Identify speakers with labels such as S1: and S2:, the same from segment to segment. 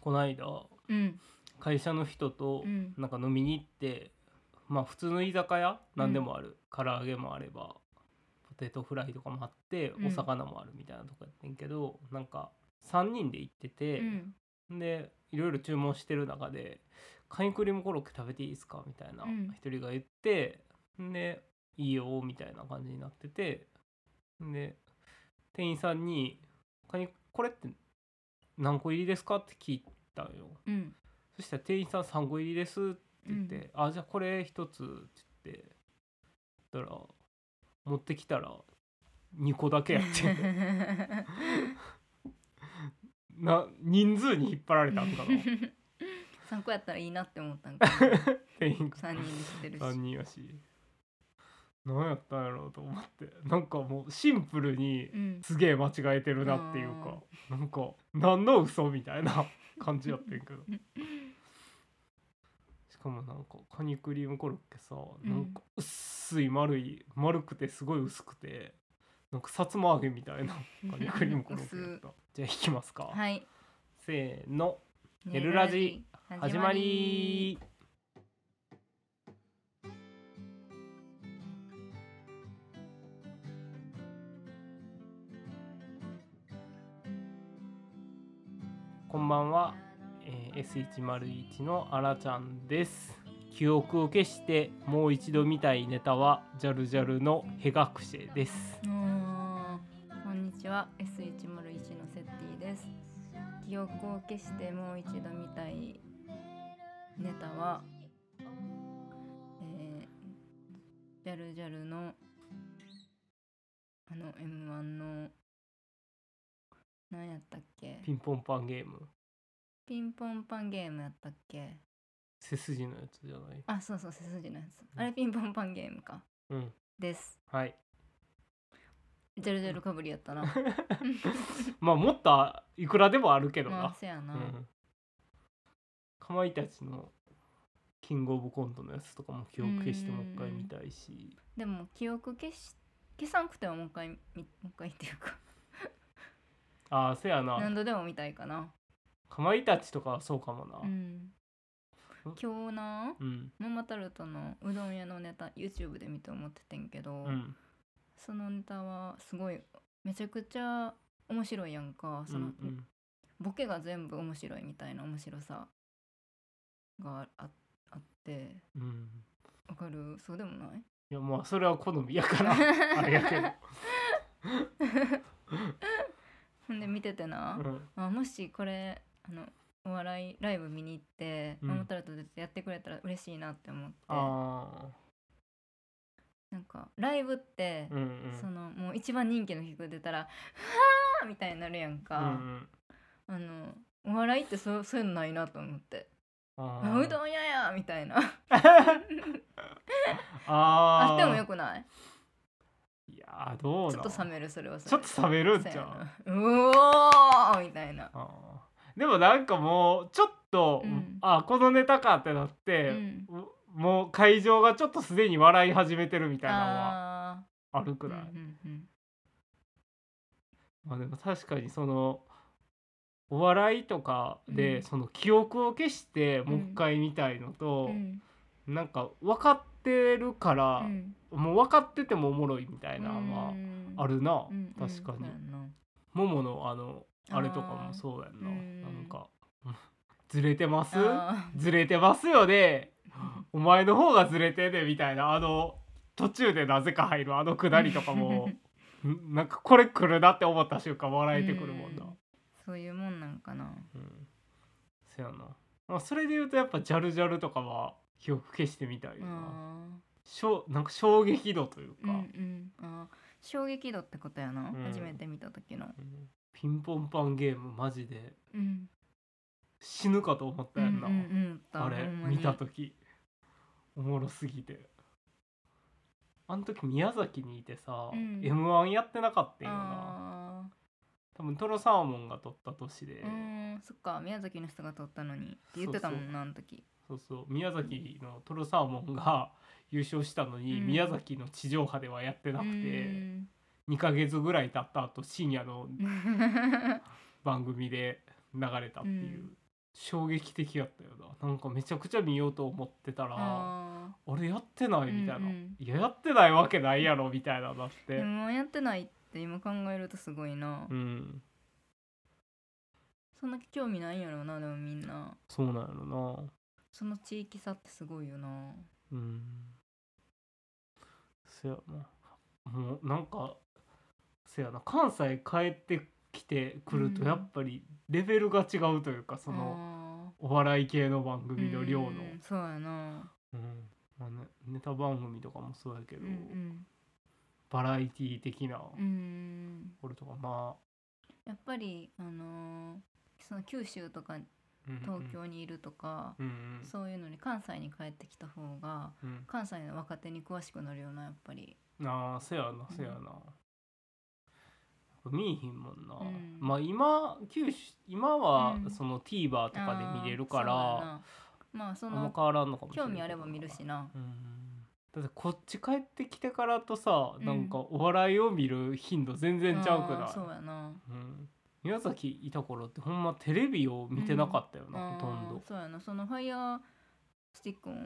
S1: この間
S2: うん
S1: 会社の人と
S2: うん
S1: なんか飲みに行って、まあ普通の居酒屋何でもある、唐揚げもあればポテトフライとかもあって
S2: うん
S1: お魚もあるみたいなとこやってんけど、なんか3人で行って
S2: う
S1: て、
S2: ん
S1: でいろいろ注文してる中で「カニクリームコロッケ食べていいですか?」みたいな
S2: うん
S1: 一人が言って、で「いいよ」みたいな感じになっててで店員さんに「カニこれって何個入りですか?」って聞いたんよ
S2: うん
S1: そしたら店員さん3個入りですって言って「あじゃあこれ一つ」って言って言ったら持ってきたら2個だけやって な人数に引っ張られた んかな
S2: 3個やったらいいなって思ったんかな
S1: 店員
S2: 3人でしてるし
S1: 3人やし何やったんやろうと思ってなんかもうシンプルに
S2: うん
S1: すげえ間違えてるなっていうかなんか何の嘘みたいな感じやってんけどしかもなんかカニクリームコロッケさ
S2: ん
S1: なんか薄い丸い丸くてすごい薄くてなんかさつま揚げみたいなカニクリームコロッケやったじゃあ引きますか、
S2: はい
S1: せーの寝るラジ
S2: 寝るラジ
S1: 始まりこんばんは、えー S101 のあらちゃんです記憶を消してもう一度見たいネタはジャルジャルのヘガクシェです
S2: おーこんにちは S101 のセッティです記憶を消してもう一度見たいネタは、えー、ジャルジャルのあの M1 の何やったっけ
S1: ピンポンパンゲーム
S2: ピンポンパンゲームやったっけ
S1: 背筋のやつじゃない
S2: あそうそう背筋のやつあれピンポンパンゲームか
S1: うん
S2: です
S1: はい
S2: ジャルジャルかぶりやっ たな
S1: まあもっといくらでもあるけど
S2: まあ
S1: な
S2: せやな、
S1: うんかまいたちのキングオブコントのやつとかも記憶消してもう一回見たいし
S2: でも記憶消し消さんくてももう一回みもう一回っていうか
S1: ああせやな
S2: 何度でも見たいかな
S1: かまいたちとかはそうかもな
S2: うん
S1: うん
S2: 今日な
S1: うん
S2: ママタルトのうどん屋のネタ YouTube で見て思っててんけど、
S1: うん
S2: そのネタはすごいめちゃくちゃ面白いやんか
S1: う
S2: その、
S1: んうん
S2: ボケが全部面白いみたいな面白さがああって
S1: うん
S2: わかるそうでもない
S1: いやまあそれは好みや からあれやけど
S2: ほんで見ててな、
S1: うん
S2: あもしこれあのお笑いライブ見に行って、
S1: うん
S2: ママタルト出てやってくれたら嬉しいなって思って
S1: あ
S2: なんかライブって
S1: ー、うんう
S2: そ
S1: ん
S2: のもう一番人気の曲出たら「はーみたいになるやん
S1: う
S2: か、
S1: ん
S2: あのお笑いってそうそういうのないなと思って「あ
S1: あ
S2: うどん屋や!」みたいな
S1: あー
S2: あってもよくない
S1: いやーどう
S2: ちょ
S1: な
S2: っと冷めるそれはそ
S1: ちょ
S2: れ
S1: っと冷めるんち
S2: そう
S1: ゃ
S2: や
S1: う
S2: なうおーみたいな
S1: あーでもなんかもうちょっと、
S2: うん
S1: あこのネタかってなって、
S2: うん
S1: うもう会場がちょっとすでに笑い始めてるみたいなのは
S2: あ
S1: あるく
S2: ー
S1: らい、
S2: うんうん
S1: まあでも確かにそのお笑いとかで、
S2: うん
S1: その記憶を消してもう一回見たいの
S2: う
S1: と、
S2: ん
S1: なんか分かってるから
S2: う、ん
S1: もう分かっててもおもろいみたいなのは
S2: うん
S1: あるな、
S2: うんうん
S1: 確かに、
S2: そうやんな
S1: もものあのあれとかもそうやんな、
S2: あーうん
S1: なんかずれてます
S2: あ
S1: ずれてますよね
S2: ー
S1: お前の方がずれてねみたいなあの途中でなぜか入るあのくだりとか もんなんかこれ来るなって思った瞬間笑えてくるもんな
S2: うそういうもんなんかな
S1: うんせやな、まあ、それで言うとやっぱジャルジャルとかは記憶消してみたいな
S2: あー
S1: しょなんか衝撃度というか、
S2: うんうんあー衝撃度ってことやな、
S1: うん
S2: 初めて見た時の
S1: うんピンポンパンゲームマジで
S2: うん
S1: 死ぬかと思ったやんな、
S2: うんうんうん
S1: あれ
S2: ほんまに
S1: 見た時おもろすぎてあの時宮崎にいてさ、
S2: うん
S1: m 1やってなかったんよな
S2: あ
S1: 多分トロサーモンが撮った年で、
S2: ーうーんそっか宮崎の人が撮ったのにって言ってたもんなあの時
S1: そうそう宮崎のトロサーモンが 優勝したのに、
S2: うん
S1: 宮崎の地上波ではやってなくて、
S2: うーん
S1: 2ヶ月ぐらい経った後深夜の番組で流れたっていう、
S2: うん
S1: 衝撃的やったよななんかめちゃくちゃ見ようと思ってたらあ
S2: あ
S1: れやってないみたいな、
S2: うんうん
S1: いややってないわけないやろみたいななっ
S2: ー
S1: て
S2: でももうやってないって今考えるとすごいな、
S1: うん
S2: そんな興味ないんやろうなでもみんな
S1: そうなんやろな
S2: その地域差ってすごいよな
S1: うんそやなもうなんかそやな関西帰ってきてくると
S2: うん
S1: やっぱりレベルが違うというかその
S2: の
S1: お笑い系の番組の量の、
S2: そうやな
S1: うんまあね、ネタ番組とかもそうやけ
S2: う
S1: ど、
S2: ん
S1: バラエティー的な
S2: うんうん
S1: これとかま
S2: やっぱりあのーその九州とか
S1: あ、うんうん
S2: 東京にいるとか、
S1: うんうん
S2: そういうのに関西に帰ってきた方が
S1: うん
S2: 関西の若手に詳しくなるよなやっぱり
S1: ああせやなせやな、見えひんもんな、
S2: うん
S1: まあ今九州今は
S2: うん
S1: その TVer とかで見れるから、
S2: あーそうやなまあそ
S1: あんま
S2: の
S1: 変わらんのかもしれ
S2: 興
S1: ない
S2: 味あれば見るしな
S1: うんだってこっち帰ってきてからとさ、
S2: うん
S1: なんかお笑いを見る頻度全然ちゃうく
S2: あ
S1: な
S2: ー
S1: い
S2: そうやな
S1: うん、宮崎いた頃ってほんまテレビを見てなかったよな、ほとん
S2: あ
S1: ど
S2: ーそうやなそのファイヤースティックも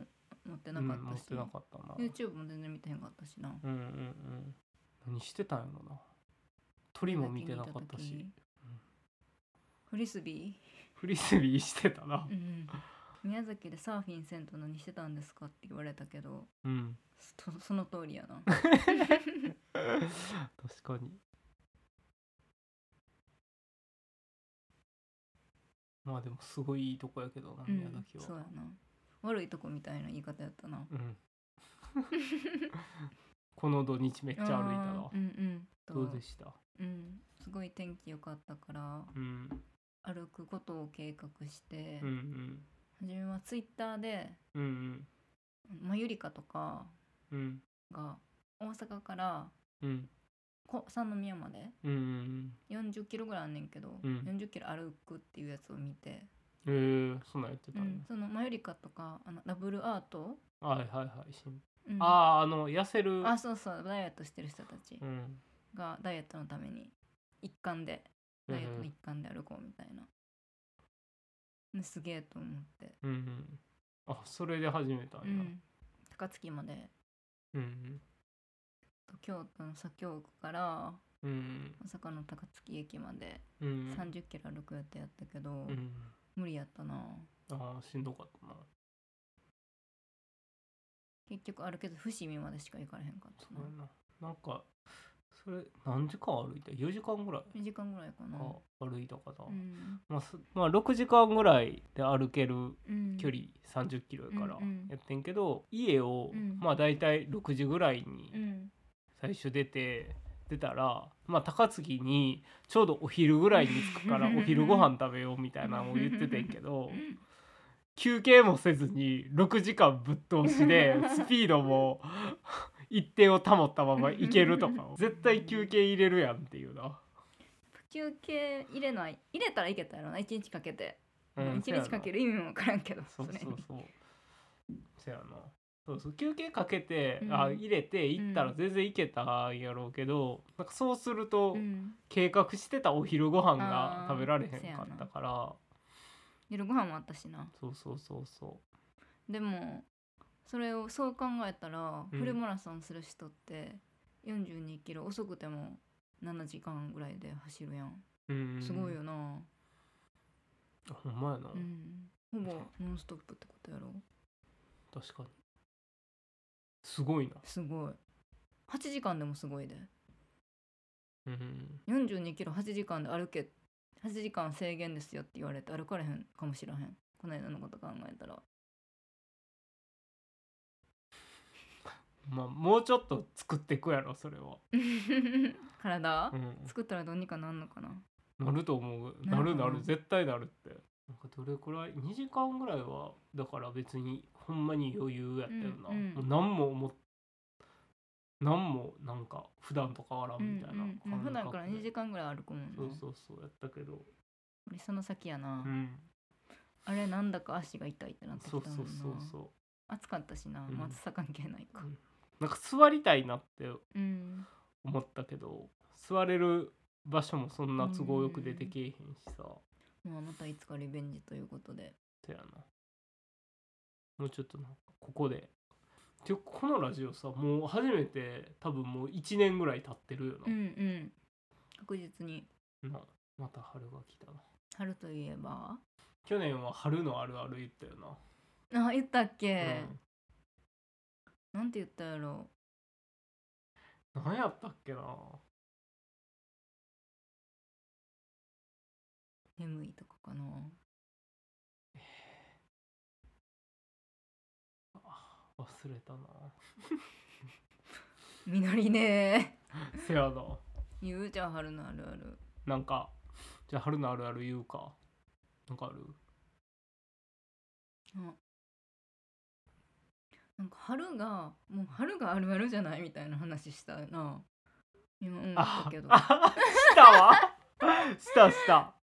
S2: 持ってな
S1: うん
S2: か
S1: 持
S2: っ
S1: っ
S2: たし、
S1: てなかったな、
S2: YouTube も全然見てへんかったしな
S1: うんうんうん何してたんやろな鳥も見てなかったし
S2: フリスビ
S1: フリスビーしてたな
S2: ー、うん宮崎でサーフィンせんと何してたんですかって言われたけど
S1: うん
S2: そその通りやな
S1: 確かにまあでもすごいいいとこやけどな
S2: うん
S1: 宮崎は、
S2: そうやな悪いとこみたいな言い方やったな
S1: うん、この土日めっちゃ歩いたな
S2: あーうんうんと
S1: どうでした
S2: うんすごい天気良かったから
S1: うん
S2: 歩くことを計画して、
S1: うんうん
S2: 自分はツイッターで
S1: うんうん
S2: まゆりかとか
S1: うん
S2: が大阪から
S1: うん
S2: こ三宮まで
S1: うんうん
S2: 40キロぐらいあんねんけど、
S1: うん
S2: 40キロ歩くっていうやつを見て、
S1: えー、そんなんやって
S2: う
S1: たんや
S2: ん、そのマユリカとかあのダブルアート、
S1: はいはいはいしん
S2: うん
S1: あああの痩せる
S2: あそうそうダイエットしてる人たち
S1: うん
S2: がダイエットのために一貫で
S1: うん
S2: ダイエットの一環で歩こうみたいな、ですげえと思って、
S1: うんうんあそれで始めたんや
S2: う、ん、高槻まで
S1: うん
S2: 京都の左京区から
S1: うんうん
S2: 大阪の高槻駅まで
S1: うんうん
S2: 30キロ歩く予定やったけど、
S1: うん
S2: 無理やったな
S1: あーしんどかったな
S2: 結局歩けず伏見までしか行かれへんかっ
S1: そ
S2: た
S1: う
S2: な
S1: やななんかそれ何時間歩いた4時間ぐらい
S2: 2時間ぐらいかな
S1: か、歩いたかな、
S2: うん
S1: まあすまあ、6時間ぐらいで歩ける
S2: うん
S1: 距離3 0キロやから
S2: うんうん
S1: やってんけど、家を、
S2: うん
S1: まあ大体6時ぐらいうに
S2: ん
S1: 最初出て出たら、まあ、高槻にちょうどお昼ぐらいに着く からお昼ご飯食べようみたいなのを言っててんけど休憩もせずに6時間ぶっ通し でスピードも一定を保ったまま行けるとか 絶対休憩入れるやんっていうな。
S2: 休憩入れない入れたらいけたやろな1日かけて、
S1: う
S2: 一
S1: ん
S2: 1日かける意味も分からんけど
S1: そうそう
S2: れ
S1: そう。せやな。そうそう休憩かけて、
S2: うん
S1: あ入れて行ったら
S2: うん
S1: 全然行けたんやろうけど、なんかそうすると
S2: うん
S1: 計画してたお昼ご飯
S2: あ
S1: が
S2: ー
S1: 食べられへんかったから
S2: 夜ご飯もあったしな
S1: そうそうそうそ
S2: でもそれをそう考えたら、
S1: うん
S2: フルマラソンする人って42キロ遅くても7時間ぐらいで走るやん
S1: う、うん、
S2: すごいよな、
S1: ほんまやな、
S2: うん、ほぼノンストップってことやろ
S1: 確かにすごいな、
S2: すごい8時間でもすごいで
S1: うん、
S2: 42キロ8時間で歩け8時間制限ですよって言われて歩かれへんかもしらへんこの間のこと考えたら
S1: まあもうちょっと作っていくやろそれは、
S2: 体、
S1: うん、
S2: 作ったらどうにかなんのかな
S1: なると思う
S2: な
S1: な
S2: るかな
S1: るなる絶対なるってなんかどれくらい2時間ぐらいはだから別にほんまに余裕やったよな、
S2: うんうん
S1: もう何も思っ何もなんか普段と変わら
S2: うんん
S1: みたいな
S2: うんうん、普
S1: 感
S2: 段から
S1: 覚
S2: 2
S1: で
S2: 時間ぐらい歩くもんな
S1: そうそうそうやったけど
S2: 俺その先やな、
S1: うん
S2: あれなんだか足が痛いってなってきた
S1: そ
S2: も
S1: うん
S2: な
S1: そうそうそ
S2: 暑かったしな、
S1: うん
S2: まあ暑さ関係ないか
S1: うなんか座りたいなって
S2: うん、
S1: 思ったけど座れる場所もそんな都合よく出てけえへんしさ
S2: まあまたいつかリベンジということで
S1: そやなもうちょっとなんかここでてかこのラジオさもう初めて多分もう1年ぐらい経ってるよ
S2: うん
S1: な,
S2: うん確実に
S1: な、また春が来たな
S2: 春といえば
S1: 去年は春のあるある言ったよな、
S2: あ言ったっけ、
S1: うん
S2: なんて言ったやろ
S1: 何やったっけな
S2: 眠いとかかな
S1: あ忘れたな
S2: 緑ね
S1: せやな
S2: 言うじゃん春のあるある
S1: なんかじゃあ春のあるある言うかなんかある
S2: なんか春がもう春があるあるじゃないみたいな話したな今思った
S1: あ
S2: けど
S1: あしたわしたした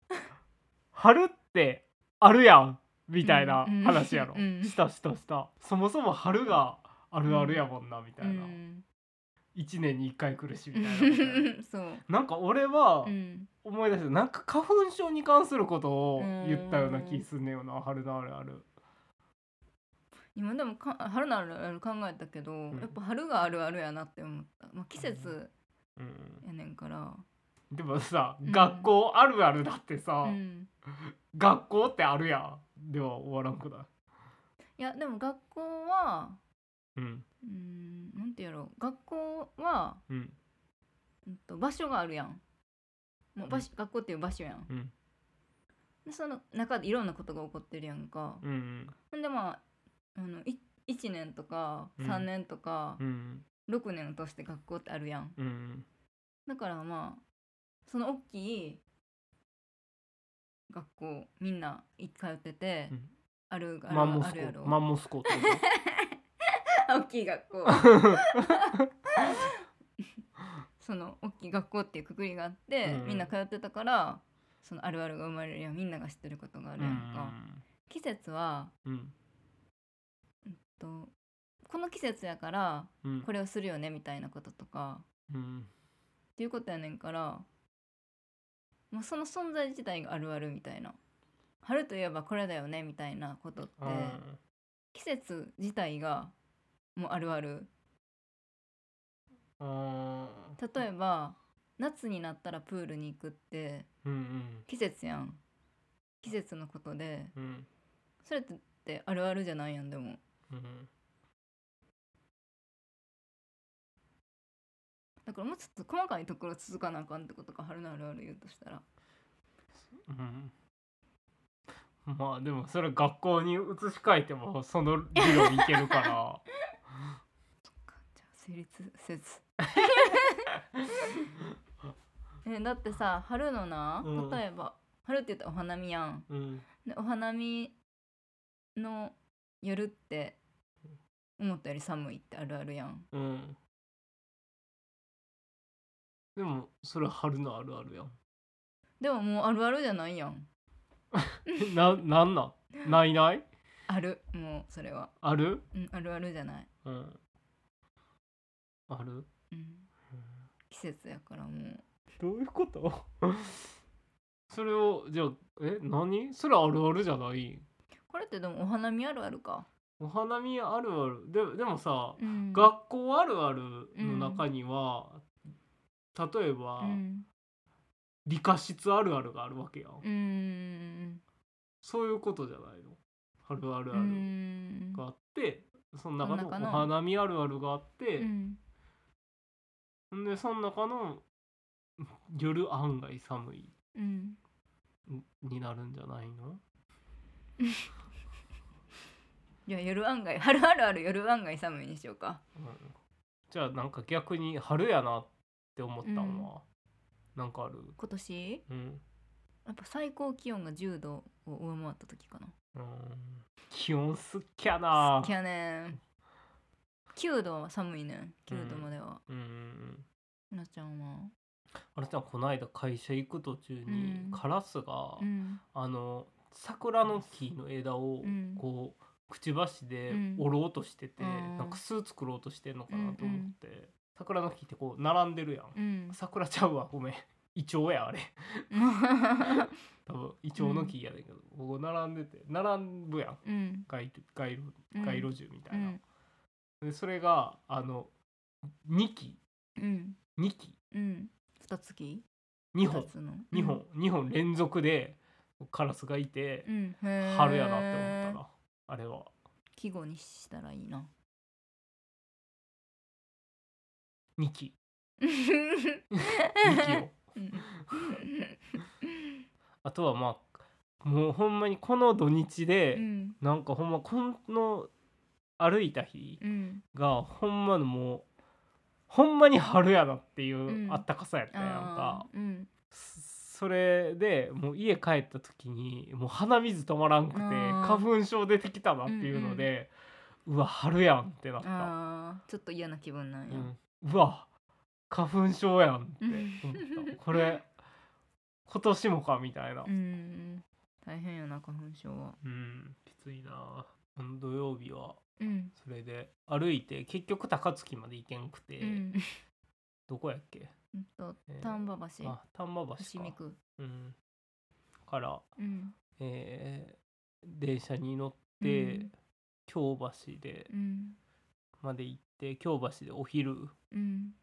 S1: 春ってあるやんみたいな
S2: うんうん
S1: 話やろ、
S2: うん
S1: したしたしたそもそも春があるあるやもんなみた
S2: う
S1: いな、
S2: ん
S1: 一年に一回来るしみたいなことや ろ
S2: そう
S1: なんか俺は
S2: うん
S1: 思い出した、なんか花粉症に関することを言ったような気すんねよな春のあるある
S2: 今でもか春のあるある考えたけど、
S1: ん
S2: やっぱ春があるあるやなって思った、まあ、季節
S1: うん
S2: やねんから、
S1: でもさ、
S2: うん
S1: 学校あるあるだってさ、
S2: うん、
S1: 学校ってあるやんでは終わらんくない
S2: いやでも学校は
S1: うん
S2: うんなんてやろう学校は、
S1: うん
S2: うん、と場所があるやんもう場所、学校っていう場所やん
S1: うん
S2: でその中でいろんなことが起こってるやんか、
S1: うん
S2: ほんでまああのい1年とか
S1: うん
S2: 3年とか
S1: うんうん
S2: 6年を通して学校ってあるやん
S1: うん
S2: だからまあその大きい学校みんな通ってて、
S1: うん
S2: あるある
S1: マンモ
S2: あ
S1: ス
S2: るやろ
S1: コマンモスコってこ
S2: 大きい 学校その大きい学校っていうくくりがあって、
S1: うん
S2: みんな通ってたからそのあるあるが生まれるやんみんなが知ってることがあ
S1: と
S2: るやんか、季節は
S1: うん
S2: とこの季節やから
S1: うん
S2: これをするよねみたいなこととか
S1: うん
S2: っていうことやねんからもうその存在自体があるあるみたいな春といえばこれだよねみたいなことって
S1: うん
S2: 季節自体がもうあるある
S1: うん
S2: 例えば夏になったらプールに行くって
S1: うん
S2: 季節やん季節のことで
S1: うんうん
S2: それってあるあるじゃないやんでも
S1: うん
S2: だからもうちょっと細かいところ続かなあかんってことか春のあるある言うとしたら
S1: うんまあでもそれ学校に移し替えてもその理論いけるから
S2: じゃあ成立せず えだってさ春のな、
S1: うん
S2: 例えば春って言ったらお花見やん
S1: うん
S2: でお花見の夜って思ったより寒いってあるあるやん
S1: うんでもそれ春のあるあるやん
S2: でももうあるあるじゃないやん
S1: ななんなんないない
S2: あるもうそれは、
S1: ある
S2: うん、あるあるじゃない、
S1: うんある
S2: うん、季節やからもう
S1: どういうことそれをじゃあえ何それあるあるじゃない
S2: これってでもお花見あるあるか、
S1: お花見あるあるででもさ、
S2: うん、
S1: 学校あるあるの中には、例えば、
S2: うん
S1: 理科室あるあるがあるわけやん、
S2: うん
S1: そういうことじゃないのあるあるあ
S2: う
S1: る
S2: ん
S1: があって、その中のお
S2: その中の
S1: 花見あるあるがあって
S2: う、ん
S1: ん、でその中の夜案外寒い
S2: うん
S1: になるんじゃないの
S2: いや夜案外 春あるある夜案外寒いにしようか
S1: うんじゃあなんか逆に春やなって思ったんは、なんかある
S2: 今年
S1: うん、
S2: やっぱ最高気温が10度を上回った時かな
S1: うん、気温すっきゃ
S2: 好
S1: な
S2: きやねん9度は寒いねん9度までは、
S1: うんうんうん
S2: なっちゃんは
S1: あれちゃんこの間会社行く途中に、
S2: うん
S1: カラスが、
S2: うん
S1: あの桜の木の枝を
S2: うん
S1: こう、くちばしで
S2: うん
S1: 折ろうとしてて、
S2: うん
S1: なんか巣作ろう としてんのかなと思って、桜の木ってこう並んでるやん、
S2: うん
S1: 桜ちゃうわごめんイチョウやあれ多分イチョウの木やねんけど、ここ並んでて並ぶやん
S2: うん
S1: 街街路
S2: うん
S1: 街路樹みた
S2: う
S1: いな、
S2: ん
S1: でそれがあの2基
S2: うん
S1: 2基
S2: うん二つき
S1: 2本
S2: 二つの
S1: 2本、二本連続でカラスがいて
S2: う、ん、うん、へー
S1: 春やなって思ったなあれは
S2: 季語にしたらい いな
S1: 2基
S2: うん
S1: 2基をあとはまあもうほんまにこの土日で、
S2: うん
S1: なんかほんまこの歩いた日
S2: うん
S1: がほんまのもうほんまに春やなっていう
S2: うん
S1: あったかさやったやん
S2: あ
S1: か、
S2: ーうん
S1: そそれでもう家帰った時にもう鼻水止まらんくて
S2: あー
S1: 花粉症出てきたなっていうので、うわ春やんってなった、
S2: あーちょっと嫌な気分なん
S1: う
S2: や、
S1: んうわ花粉症やんって思
S2: う
S1: っ た
S2: ん
S1: これ今年もかみたいな、
S2: うん大変やな花粉症は
S1: うん、きついなあの土曜日は
S2: うん、
S1: それで歩いて結局高槻まで行けんくて、
S2: うん
S1: どこやっけ、
S2: うんと
S1: えー
S2: 丹波橋
S1: あ丹波
S2: 伏
S1: 橋
S2: 見
S1: か、
S2: 区
S1: うん、から、
S2: うん
S1: えー電車に乗って、
S2: うん
S1: 京橋で
S2: うん
S1: まで行って京橋でお昼
S2: うん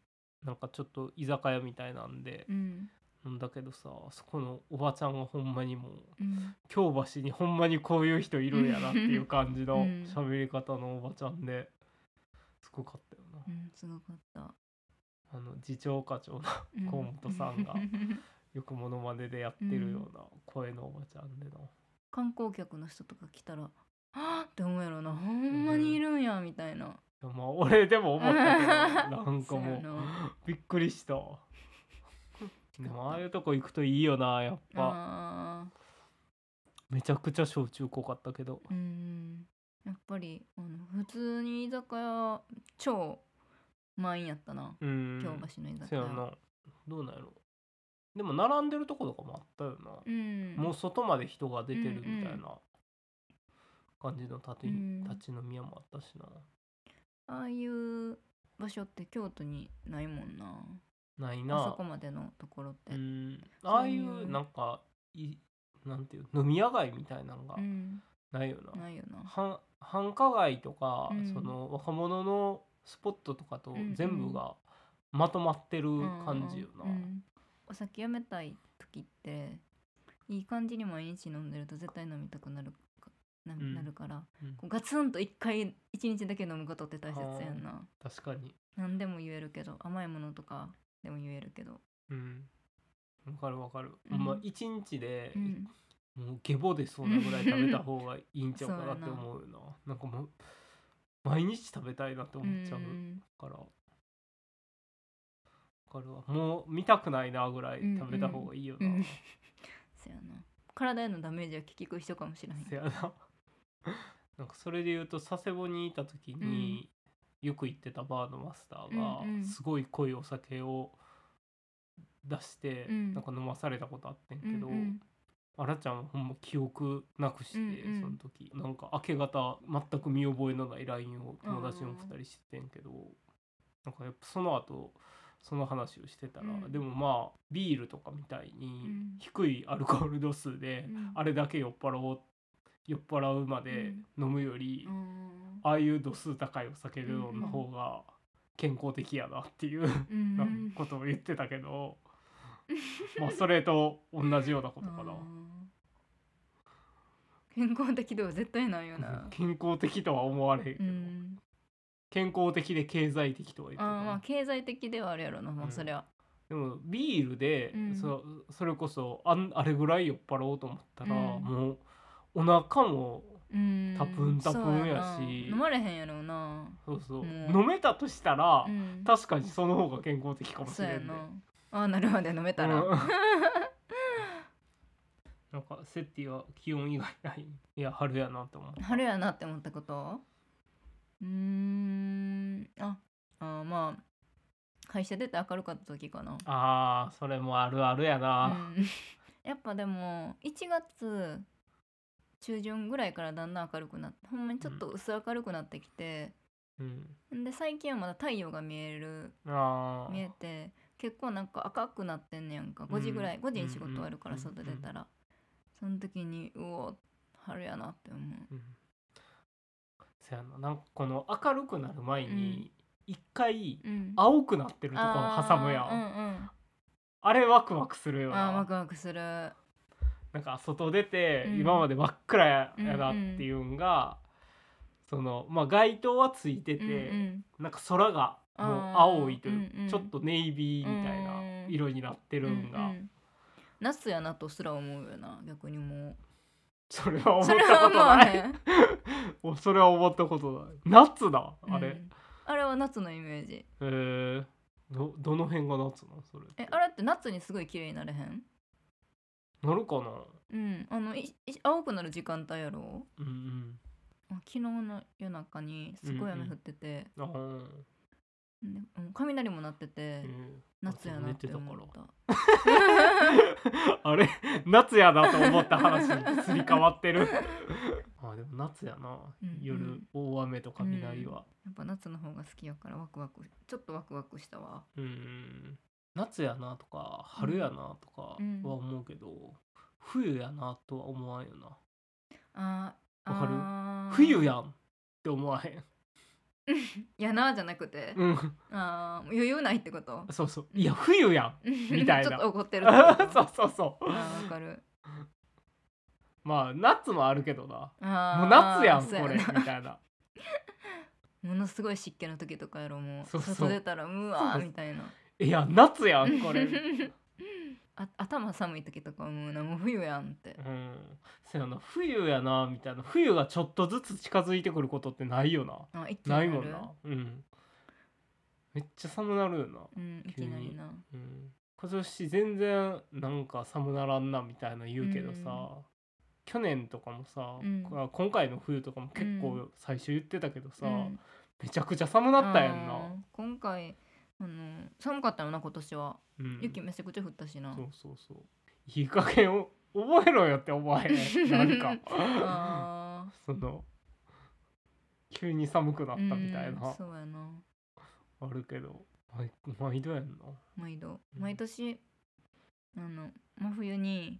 S1: なんかちょっと居酒屋みたいなんで
S2: うん
S1: 飲んだけどさそこのおばちゃんがほんまにもう
S2: うん
S1: 京橋にほんまにこういう人いるんやなっていう感じ
S2: う
S1: の
S2: ん
S1: 喋り方のおばちゃんですごかったよな
S2: うんすごかった
S1: あの次長課長の
S2: うん
S1: 河本さんがよくモノマネでやってるような声のおばちゃんでの、
S2: 観光客の人とか来たらあーって思うやろなほんまにいるんやみたいな、
S1: まあ俺でも思ったけ どなんか
S2: そう
S1: も
S2: や
S1: う
S2: な
S1: びっくりした でもああいうとこ行くといいよなやっぱ
S2: あ
S1: めちゃくちゃ焼酎濃かったけど
S2: ーうんやっぱりあの普通に居酒屋超満員やったな
S1: うん
S2: 京橋の居酒
S1: せや
S2: 屋
S1: などうなんやろでも並んでるとことかもあったよな、
S2: うん
S1: もう外まで人が出てるみたい
S2: うんうん
S1: な感じの立ち,、
S2: うん
S1: 立ち飲み屋もあったしな
S2: ああいう場所って京都にないもんな
S1: ないな
S2: あそこまでのところって
S1: うん、
S2: う
S1: ああい
S2: そういうう
S1: なんかいなんていう飲み屋街みたいなのが
S2: うん
S1: ないよな、
S2: ないよな
S1: 繁繁華街とか、
S2: うん
S1: その若者のスポットとかと
S2: うんうん
S1: 全部がまとまってる感じよな、
S2: うんうんお酒やめたい時っていい感じに毎日飲んでると絶対飲みたくなるかな,、
S1: ん
S2: なるから、
S1: うん
S2: こうガツンと一回一日だけ飲むことって大切やんな
S1: 確かに
S2: 何でも言えるけど甘いものとかでも言えるけど、
S1: うんわかるわかる、
S2: うん
S1: まあ一日で、
S2: うん、
S1: もうゲボ出そうなぐらい食べた方がいいんちゃうかなって
S2: そうやな
S1: 思うよななんかもう毎日食べたいなって思っちゃう、
S2: ん
S1: から。わかるわ。もう見たくないなぐらい食べた方がいいよな。
S2: うんそやな体へのダメージは効く人かもしれへん
S1: せやな。 なんかそれで言うと佐世保にいた時に、よく行ってたバーのマスターが、
S2: うんうん
S1: すごい濃いお酒を出して、
S2: うん
S1: なんか飲まされたことあってんけど、
S2: うんうん
S1: あらちゃんはほんま記憶なくして、
S2: うんうん
S1: その時なんか明け方全く見覚えのない LINE を友達に送ったりしてんけどなんかやっぱその後その話をしてたら、
S2: うん
S1: でもまあビールとかみたいに
S2: うん
S1: 低いアルコール度数で、
S2: うん
S1: あれだけ酔っ払おう酔っ払うまで飲むより、
S2: うん
S1: ああいう度数高いお酒で飲んだ方が健康的やなっていう、
S2: うん
S1: なんかことを言ってたけ ど、まあそれと同じようなことかな。
S2: うん健康的では絶対ないよな
S1: 健康的とは思われへんけ
S2: う
S1: ど、
S2: ん
S1: 健康的で経済的とは言って
S2: あ
S1: た
S2: ーまあ
S1: な
S2: 経済的ではあるやろなも
S1: う
S2: うんそれは
S1: でもビールで、
S2: うん
S1: そそれこそあんあれぐらい酔っ払おうと思ったら、
S2: うん
S1: もうお腹も
S2: うん
S1: タプンタプンやし
S2: そうな飲まれへんやろうな
S1: そうそう、
S2: うん
S1: 飲めたとしたら、
S2: うん
S1: 確かにその方が健康的かもし
S2: そう
S1: れ
S2: や
S1: んね
S2: なああなるまで飲めたら
S1: うん なんかセッティは気温以外ないいや春やなって思う
S2: 春やなって思ったことうーんああーまあ会社出て明るかった時かな
S1: あーそれもあるあるやな、
S2: うん やっぱでも1月中旬ぐらいからだんだん明るくなってほんまにちょっと薄明るくなってきて、
S1: うん
S2: んで最近はまだ太陽が見える
S1: あー
S2: 見えて結構なんか赤くなってんねやんか5時ぐらい、
S1: うん
S2: 5時に仕事終わるから
S1: うん
S2: 外出たら、その時にうお春やなって思う
S1: うんそやななんかこの明るくなる前に一回
S2: うん
S1: 青くなってるとこを挟むやん、
S2: あーうんうん
S1: あれワクワクするよ
S2: あーワ
S1: な
S2: クワクする
S1: なんか外出て
S2: うん
S1: 今まで真っ暗ややなっていうんが、そのまあ街灯はついてて、
S2: うん
S1: なんか空がもう青いという
S2: あーうんうん
S1: ちょっとネイビーみたいな色になって
S2: う
S1: る
S2: ん
S1: んが、
S2: うんうん夏やなとすら思うよな逆にも
S1: それは
S2: う
S1: 思ったことな
S2: それ
S1: い
S2: はもうね
S1: おそれは思ったことない夏だあれ、
S2: うんあれは夏のイメージ
S1: えーどどの辺が夏なのそれ
S2: えあれって夏にすごい綺麗になれへん
S1: なるかな
S2: うんあのいい青くなる時間帯やろ
S1: うんうん
S2: あ昨日の夜中にすごい雨降ってて、
S1: あー
S2: でうん雷も鳴ってて、
S1: えー
S2: 夏やなって思った
S1: あれ夏やなと思った話にすり替わって るあでも夏やな、
S2: うん
S1: 夜大雨と雷は、
S2: やっぱ夏の方が好きやからワクワクちょっとワクワクしたわ
S1: うんうん夏やなとか春やなとかは
S2: うん
S1: 思うけど、冬やなとは思わんよな、
S2: あー
S1: わかる
S2: あー
S1: 冬やんって思わへん、
S2: やなじゃなくて、
S1: うん、
S2: あー余裕ないってこと
S1: そうそういや冬やんみたいな
S2: ちょっと怒ってるってこと
S1: そうそうそう
S2: あーわかる
S1: まあ夏もあるけどな
S2: あー
S1: もう夏やん
S2: そう
S1: これ
S2: な
S1: みたいな
S2: ものすごい湿気の時とかやろもう
S1: そうそう
S2: 外出たらうわ
S1: そう
S2: ー
S1: そう
S2: みたいない
S1: や夏やんこれ
S2: あ頭寒い時とか思うなもう冬やんって
S1: うんせやな冬やなみたいな冬がちょっとずつ近づいてくることってないよな
S2: あいつ
S1: ないもんなうんめっちゃ寒なるよな
S2: うんいきなりな
S1: うん今年全然なんか寒ならんなみたいな言うけどさ、
S2: う
S1: 去年とかもさ、
S2: うん
S1: こ今回の冬とかも結
S2: う
S1: 構最初言ってたけどさ、
S2: うん
S1: めちゃくちゃ寒なったやん
S2: あ
S1: な、
S2: ー今回あの寒かったよな今年は
S1: うん、
S2: 雪めちゃくちゃ降ったしな、
S1: そうそうそういい加減を覚えろよって思わへ んなんか
S2: あ
S1: その急に寒くな
S2: あ
S1: ったみたいな
S2: そうやな
S1: あるけど毎毎度やんな
S2: 毎度
S1: うん
S2: 毎年あの真冬に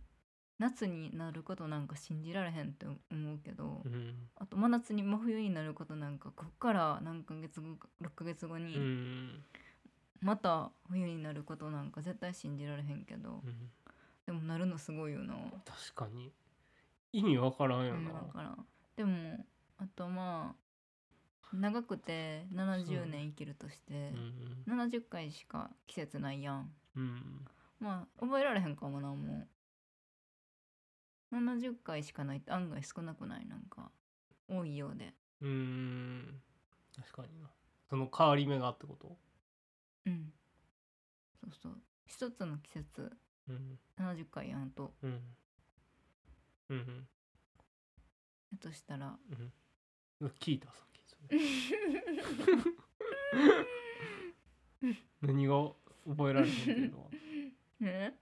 S2: 夏になることなんか信じられへんって思うけど、
S1: うん
S2: あと真夏に真冬になることなんかこっから何ヶ月後か6ヶ月後
S1: う
S2: に
S1: ん
S2: また冬になることなんか絶対信じられへんけど
S1: うん
S2: でもなるのすごいよな
S1: 確かに意味わからんよ
S2: うん
S1: な
S2: わからんでもあとまあ長くて70年生きるとして
S1: う、ん
S2: 70回しか季節ないやん
S1: うん
S2: まあ覚えられへんかもなもう70回しかないって案外少なくないなんか多いようで
S1: うん確かになその変わり目がってこと
S2: うんそうそう一つの季節
S1: うん
S2: 70回やんと
S1: うんうん
S2: やとした ら
S1: うん聞いたさっきそれ何が覚えられへんっていうのは
S2: え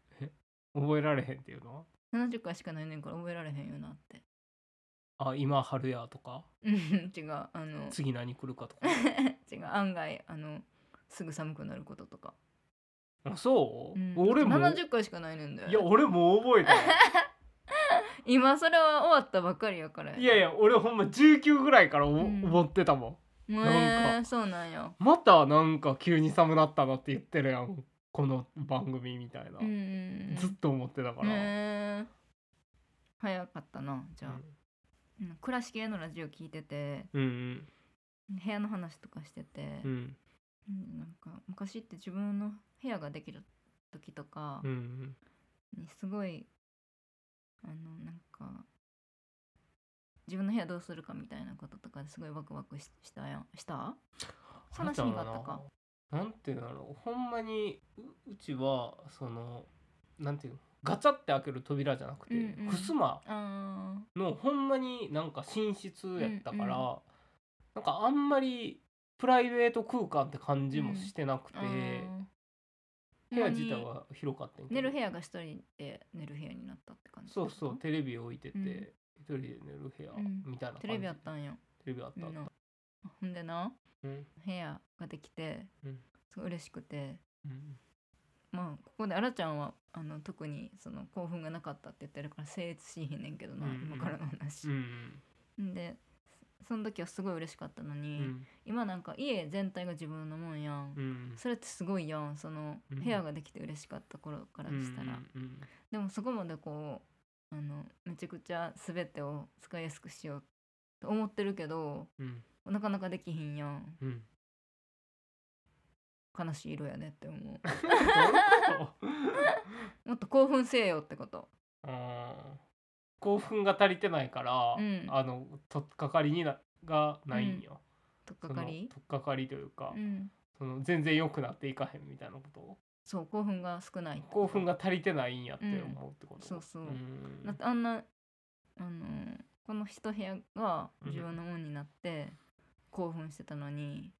S1: 覚えられへんっていうのは
S2: 70回しかないねんから覚えられへんよなって
S1: あ今春やとか
S2: うん違うあの
S1: 次何来るかとか
S2: 違う案外あのすぐ寒くなることとか、
S1: あそう、
S2: うん、
S1: 俺もい
S2: 70回しかないねんで
S1: や俺もう覚 えたわ
S2: 今それは終わったばかりやから
S1: いやいや俺ほんま19ぐらいからお
S2: うん
S1: 思ってたもんな
S2: ねえそうなんや
S1: またなんか急に寒なったなって言ってるやんこの番組みたいな、
S2: うんうんうん
S1: ずっと思ってたから、
S2: ねえ早かったなじゃあ、うん暮らし系のラジオ聞いてて
S1: うんうん
S2: 部屋の話とかしてて、
S1: うん
S2: うんなんか昔って自分の部屋ができる時とか
S1: うんうん
S2: にすごい、あのなんか自分の部屋どうするかみたいなこととかですごいワクワクししたやんしたそんなシーンがあったか
S1: なんていうんだろうほんまにううちはそのなんていうのガチャって開ける扉じゃなくて、
S2: うんうん
S1: 襖
S2: あ
S1: のほんまになんか寝室やったから、
S2: うん
S1: なんかあんまりプライベート空間って感じもしてなくて
S2: ー、あー
S1: 部屋自体
S2: ほんまに
S1: は広かったんやけど
S2: 寝る部屋が一人で寝る部屋になったって感じ
S1: そうそうテレビ置いてて、
S2: うん
S1: 一人で寝る部屋
S2: うん
S1: みたいな感じ、
S2: テレビあったんや
S1: テレビあったあった
S2: うんほんでな
S1: うん
S2: 部屋ができて、
S1: うん
S2: すごい嬉しくて
S1: うん
S2: まあここであらちゃんはあの特にその興奮がなかったって言ってるから成立しへんねんけどな、
S1: うんうん
S2: 今からの話
S1: う、ん
S2: ん、でその時はすごい嬉しかったの
S1: う
S2: に、
S1: ん
S2: 今なんか家全体が自分のもんやん、
S1: うん
S2: それってすごいやんその
S1: うん
S2: 部屋ができて嬉しかった頃からしたら、
S1: うん
S2: でもそこまでこうあのめちゃくちゃ全てを使いやすくしようと思ってるけど
S1: うん
S2: なかなかできひんやん
S1: うんうん
S2: 悲しい色やねって 思う
S1: どういうこと
S2: もっと興奮せえよってこと
S1: うん興奮が足りてないから、
S2: うん
S1: あの取っかかりにながないんよ、
S2: とっ
S1: そ
S2: か
S1: の
S2: かり
S1: 取っかかりというか、
S2: うん
S1: その全然良くなっていかへんみたいなこと
S2: そう興奮が少ない
S1: 興奮が足りてないんやって思うってこと、
S2: うんそうそうんだってあんなあのーこの一部屋が
S1: うん
S2: 自分のもんになって興奮してたのに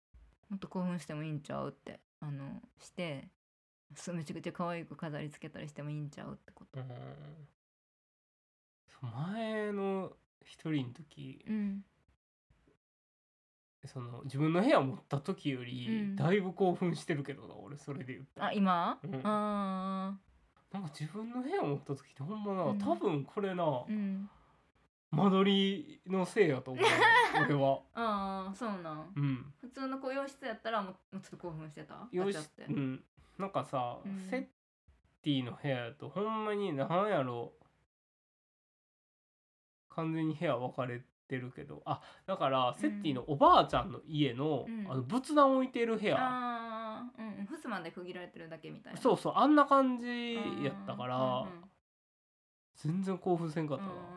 S2: もっと興奮してもいいんちゃうってあのしてそうめちゃくちゃ可愛く飾り付けたりしてもいいんちゃうってこと
S1: うん前の一人の時
S2: うん
S1: その自分の部屋持った時より、
S2: うん
S1: だいぶ興奮してるけどな俺それで言ったら
S2: あ今、
S1: うん
S2: あ
S1: なんか自分の部屋持った時ってほんまな、
S2: うん
S1: 多分これな、
S2: ーうん
S1: 間取りのせいやと思う俺 は
S2: あーそうなん
S1: うん
S2: 普通のこう洋室やったらもうもうちょっと興奮してた
S1: よ
S2: ガ
S1: し
S2: チャって
S1: うんなんかさ、
S2: うん
S1: セッティの部屋やとほんまになんやろ完全に部屋分かれてるけどあだから
S2: うん
S1: セッティのおばあちゃんの家の,、
S2: うん
S1: あの仏壇置いてる部屋、
S2: ああうんふすまで区切られてるだけみたいな
S1: そううそうあんな感じやったから、
S2: ん
S1: 全然興奮せんかっ
S2: うん
S1: た
S2: うん
S1: な、
S2: うん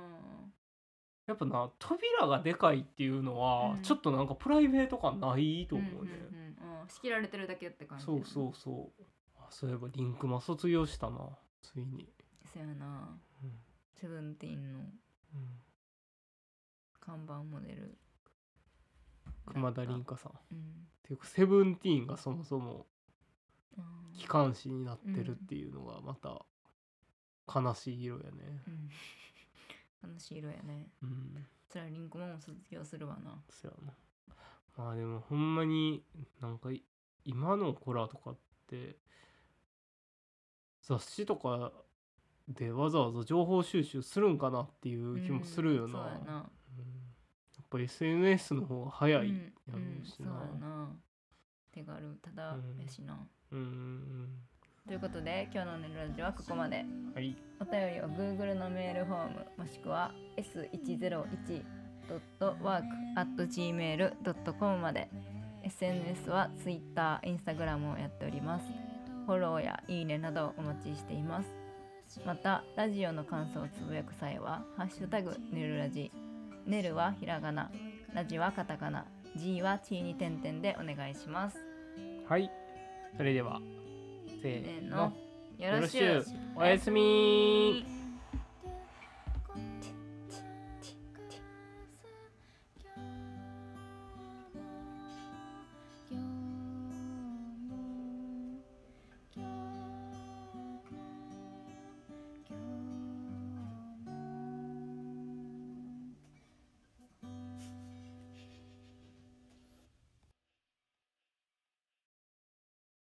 S1: やっぱな扉がでかいっていうのは、
S2: うん
S1: ちょっとなんかプライベート感ないと思うね、
S2: んうんうんうん仕切られてるだけって感じ
S1: そうそうそうあそういえばリンクマ卒業したなついに、
S2: そうやな
S1: うん
S2: セブンティーンの
S1: うん
S2: 看板モデル
S1: 熊田凛香さんっ
S2: うん
S1: ていうかセブンティーンがそもそも
S2: あー
S1: 機関士になってるっていうのがまた悲しい色やね
S2: うん悲しい色やね
S1: うん
S2: そりゃリンクマンも卒業するわな
S1: そやなまあでもほんまになんかい今の子らとかって雑誌とかでわざわざ情報収集するんかなっていう気もするよな,、
S2: うんそうや
S1: うんや
S2: な
S1: っぱ SNS の方が早い、
S2: うん
S1: やろうし
S2: うん
S1: な
S2: そうやな手軽ただやしな、
S1: うん
S2: ということで今日の「ねるラジオ」はここまで
S1: はい
S2: お便りは Google のメールフォームもしくは s101.work.gmail.com まで SNS は Twitter、Instagram をやっておりますフォローやいいねなどお待ちしていますまたラジオの感想をつぶやく際は「ハッシュタグねるラジ」ねるはひらがなラジはカタカナ G はちに点々でお願いします
S1: はいそれではせ
S2: せ
S1: ー
S2: ー
S1: の
S2: のよろしゅう
S1: おやすみ
S2: み